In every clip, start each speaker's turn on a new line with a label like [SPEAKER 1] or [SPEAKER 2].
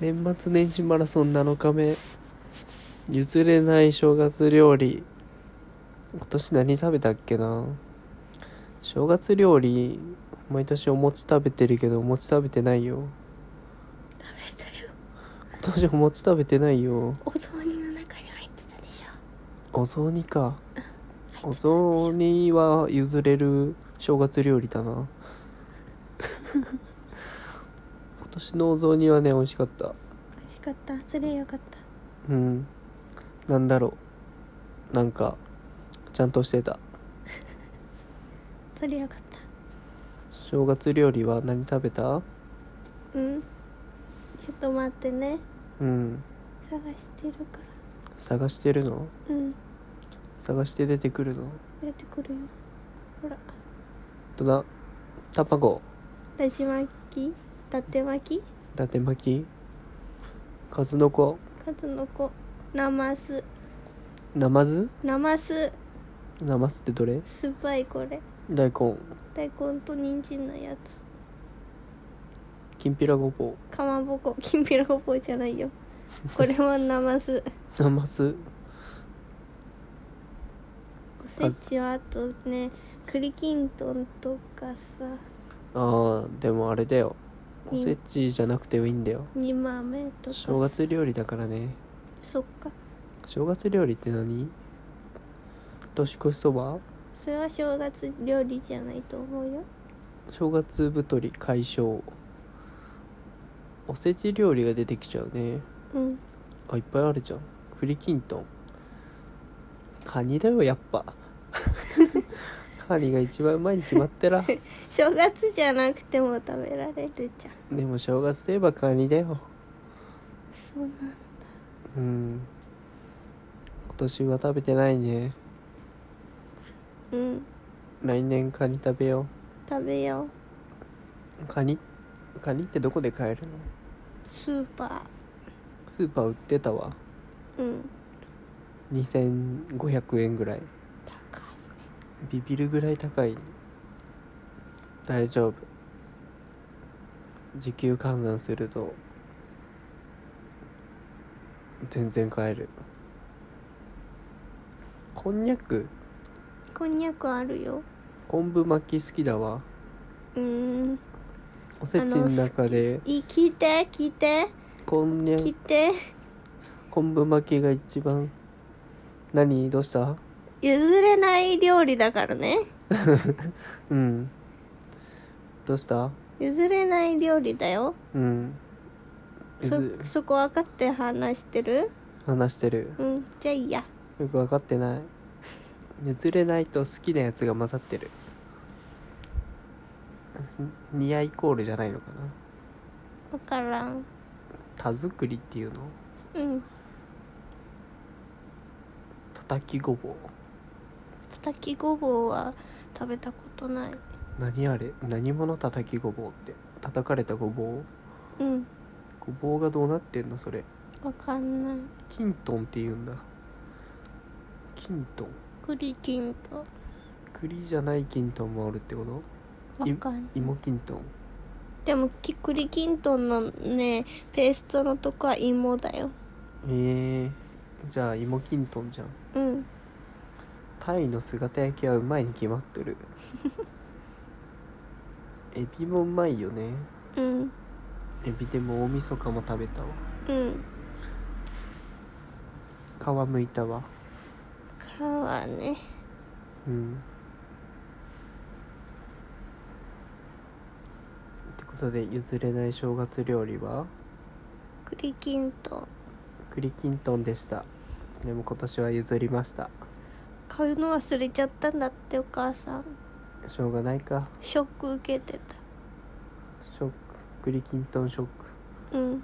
[SPEAKER 1] 年末年始マラソン7日目譲れない正月料理今年何食べたっけな正月料理毎年お餅食べてるけどお餅食べてないよ
[SPEAKER 2] 食べたよ
[SPEAKER 1] 今年お餅食べてないよ
[SPEAKER 2] お雑煮の中に入ってたでしょ
[SPEAKER 1] お雑煮か
[SPEAKER 2] 入
[SPEAKER 1] お
[SPEAKER 2] ってたでしょ
[SPEAKER 1] 雑煮は譲れる正月料理だな 今年のお雑煮はね美味しかった
[SPEAKER 2] 美味しかったそれよかった
[SPEAKER 1] うんなんだろうなんかちゃんとしてた
[SPEAKER 2] それよかった
[SPEAKER 1] 正月料理は何食べた
[SPEAKER 2] うんちょっと待ってね
[SPEAKER 1] うん
[SPEAKER 2] 探してるか
[SPEAKER 1] 探してるの
[SPEAKER 2] らうん
[SPEAKER 1] 探して出てくるの
[SPEAKER 2] やってくるよほら
[SPEAKER 1] どな卵
[SPEAKER 2] だし巻きだて巻き
[SPEAKER 1] 伊達巻き数の子
[SPEAKER 2] 数の子なます
[SPEAKER 1] ナマズ
[SPEAKER 2] なます
[SPEAKER 1] ナマズってどれ
[SPEAKER 2] 酸っぱいこれ
[SPEAKER 1] 大根
[SPEAKER 2] 大根と人参のやつ
[SPEAKER 1] きんぴらごぼ
[SPEAKER 2] かまぼこきんぴらごぼうじゃないよこれはなます
[SPEAKER 1] うナマズ
[SPEAKER 2] おせちはあとね栗きんとんとかさ
[SPEAKER 1] ああでもあれだよおせちじゃなくてもいいんだよ
[SPEAKER 2] 煮豆とか
[SPEAKER 1] 正月料理だからね
[SPEAKER 2] そっか
[SPEAKER 1] 正月料理って何年越しそば
[SPEAKER 2] それは正月料理じゃないと思うよ
[SPEAKER 1] 正月太り解消おせち料理が出てきちゃうね
[SPEAKER 2] うん
[SPEAKER 1] あいっぱいあるじゃん栗きんとんカニだよやっぱ カニが一番うまいに決まってら
[SPEAKER 2] 正月じゃなくても食べられるじゃん
[SPEAKER 1] でも正月といえばカニだよ
[SPEAKER 2] そうなん
[SPEAKER 1] うん今年は食べてないね
[SPEAKER 2] うん
[SPEAKER 1] 来年カニ食べよ
[SPEAKER 2] 食べよう
[SPEAKER 1] うカニカニってどこで買えるの
[SPEAKER 2] スーパ
[SPEAKER 1] スーパー売ってたわ
[SPEAKER 2] ーうん
[SPEAKER 1] 2500円ぐらい
[SPEAKER 2] 高い
[SPEAKER 1] ビビるぐらい高い大丈夫時給換算すると全然買えるこんにゃく
[SPEAKER 2] こんにゃくあるよ
[SPEAKER 1] 昆布巻き好きだわ
[SPEAKER 2] うーん
[SPEAKER 1] おせちの中で
[SPEAKER 2] い聞いて聞いて
[SPEAKER 1] こんにゃ
[SPEAKER 2] 聞いて
[SPEAKER 1] 昆布巻きが一番何どうした
[SPEAKER 2] 譲れない料理だからね
[SPEAKER 1] うんどうした
[SPEAKER 2] 譲れない料理だよ
[SPEAKER 1] うんう
[SPEAKER 2] そ
[SPEAKER 1] ず
[SPEAKER 2] そこ分かって話してる
[SPEAKER 1] 話してる
[SPEAKER 2] うんじゃあいいや
[SPEAKER 1] よく分かってない譲れないと好きなやつが混ざってるん似合いイコールじゃないのかな
[SPEAKER 2] 分からん
[SPEAKER 1] 田作りっていうの
[SPEAKER 2] うん
[SPEAKER 1] 叩きごぼう
[SPEAKER 2] 叩きごぼうは食べたことない
[SPEAKER 1] 何あれ何者叩きごぼうって叩かれたごぼう
[SPEAKER 2] うん
[SPEAKER 1] ごぼうがどうなってんのそれ
[SPEAKER 2] 分かんない
[SPEAKER 1] キントンって言うんだキントン
[SPEAKER 2] 栗きんと
[SPEAKER 1] 栗じゃないキントンもあるってこと
[SPEAKER 2] 分かんない
[SPEAKER 1] 芋キントン
[SPEAKER 2] でもき栗きんとんのねペーストのとこは芋だよ
[SPEAKER 1] えー、じゃあ芋キントンじゃん
[SPEAKER 2] うん
[SPEAKER 1] タイの姿焼きはうまいに決まっとるエビもうまいよね
[SPEAKER 2] うん
[SPEAKER 1] エビでも大晦日も食べた
[SPEAKER 2] うん
[SPEAKER 1] わ皮むいたわ
[SPEAKER 2] 皮はね
[SPEAKER 1] うんってことで譲れない正月料理は
[SPEAKER 2] 栗きんとん
[SPEAKER 1] 栗きんとんでしたでも今年は譲りました
[SPEAKER 2] 買うの忘れちゃったんだってお母さん
[SPEAKER 1] しょうがないか
[SPEAKER 2] ショック受けて
[SPEAKER 1] ショック栗きんとんショック
[SPEAKER 2] たうん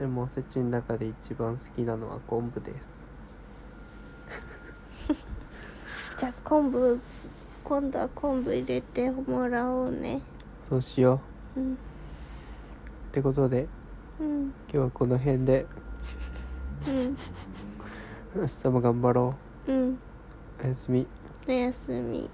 [SPEAKER 1] でもおせちの中で一番好きなのは昆布です
[SPEAKER 2] じゃあ昆布今度は昆布入れてもらおうね
[SPEAKER 1] そうしよ
[SPEAKER 2] うん
[SPEAKER 1] うってことで
[SPEAKER 2] うん
[SPEAKER 1] 今日はこの辺で
[SPEAKER 2] うん
[SPEAKER 1] 明日も頑張ろ
[SPEAKER 2] うん
[SPEAKER 1] うおやすみ
[SPEAKER 2] おやすみ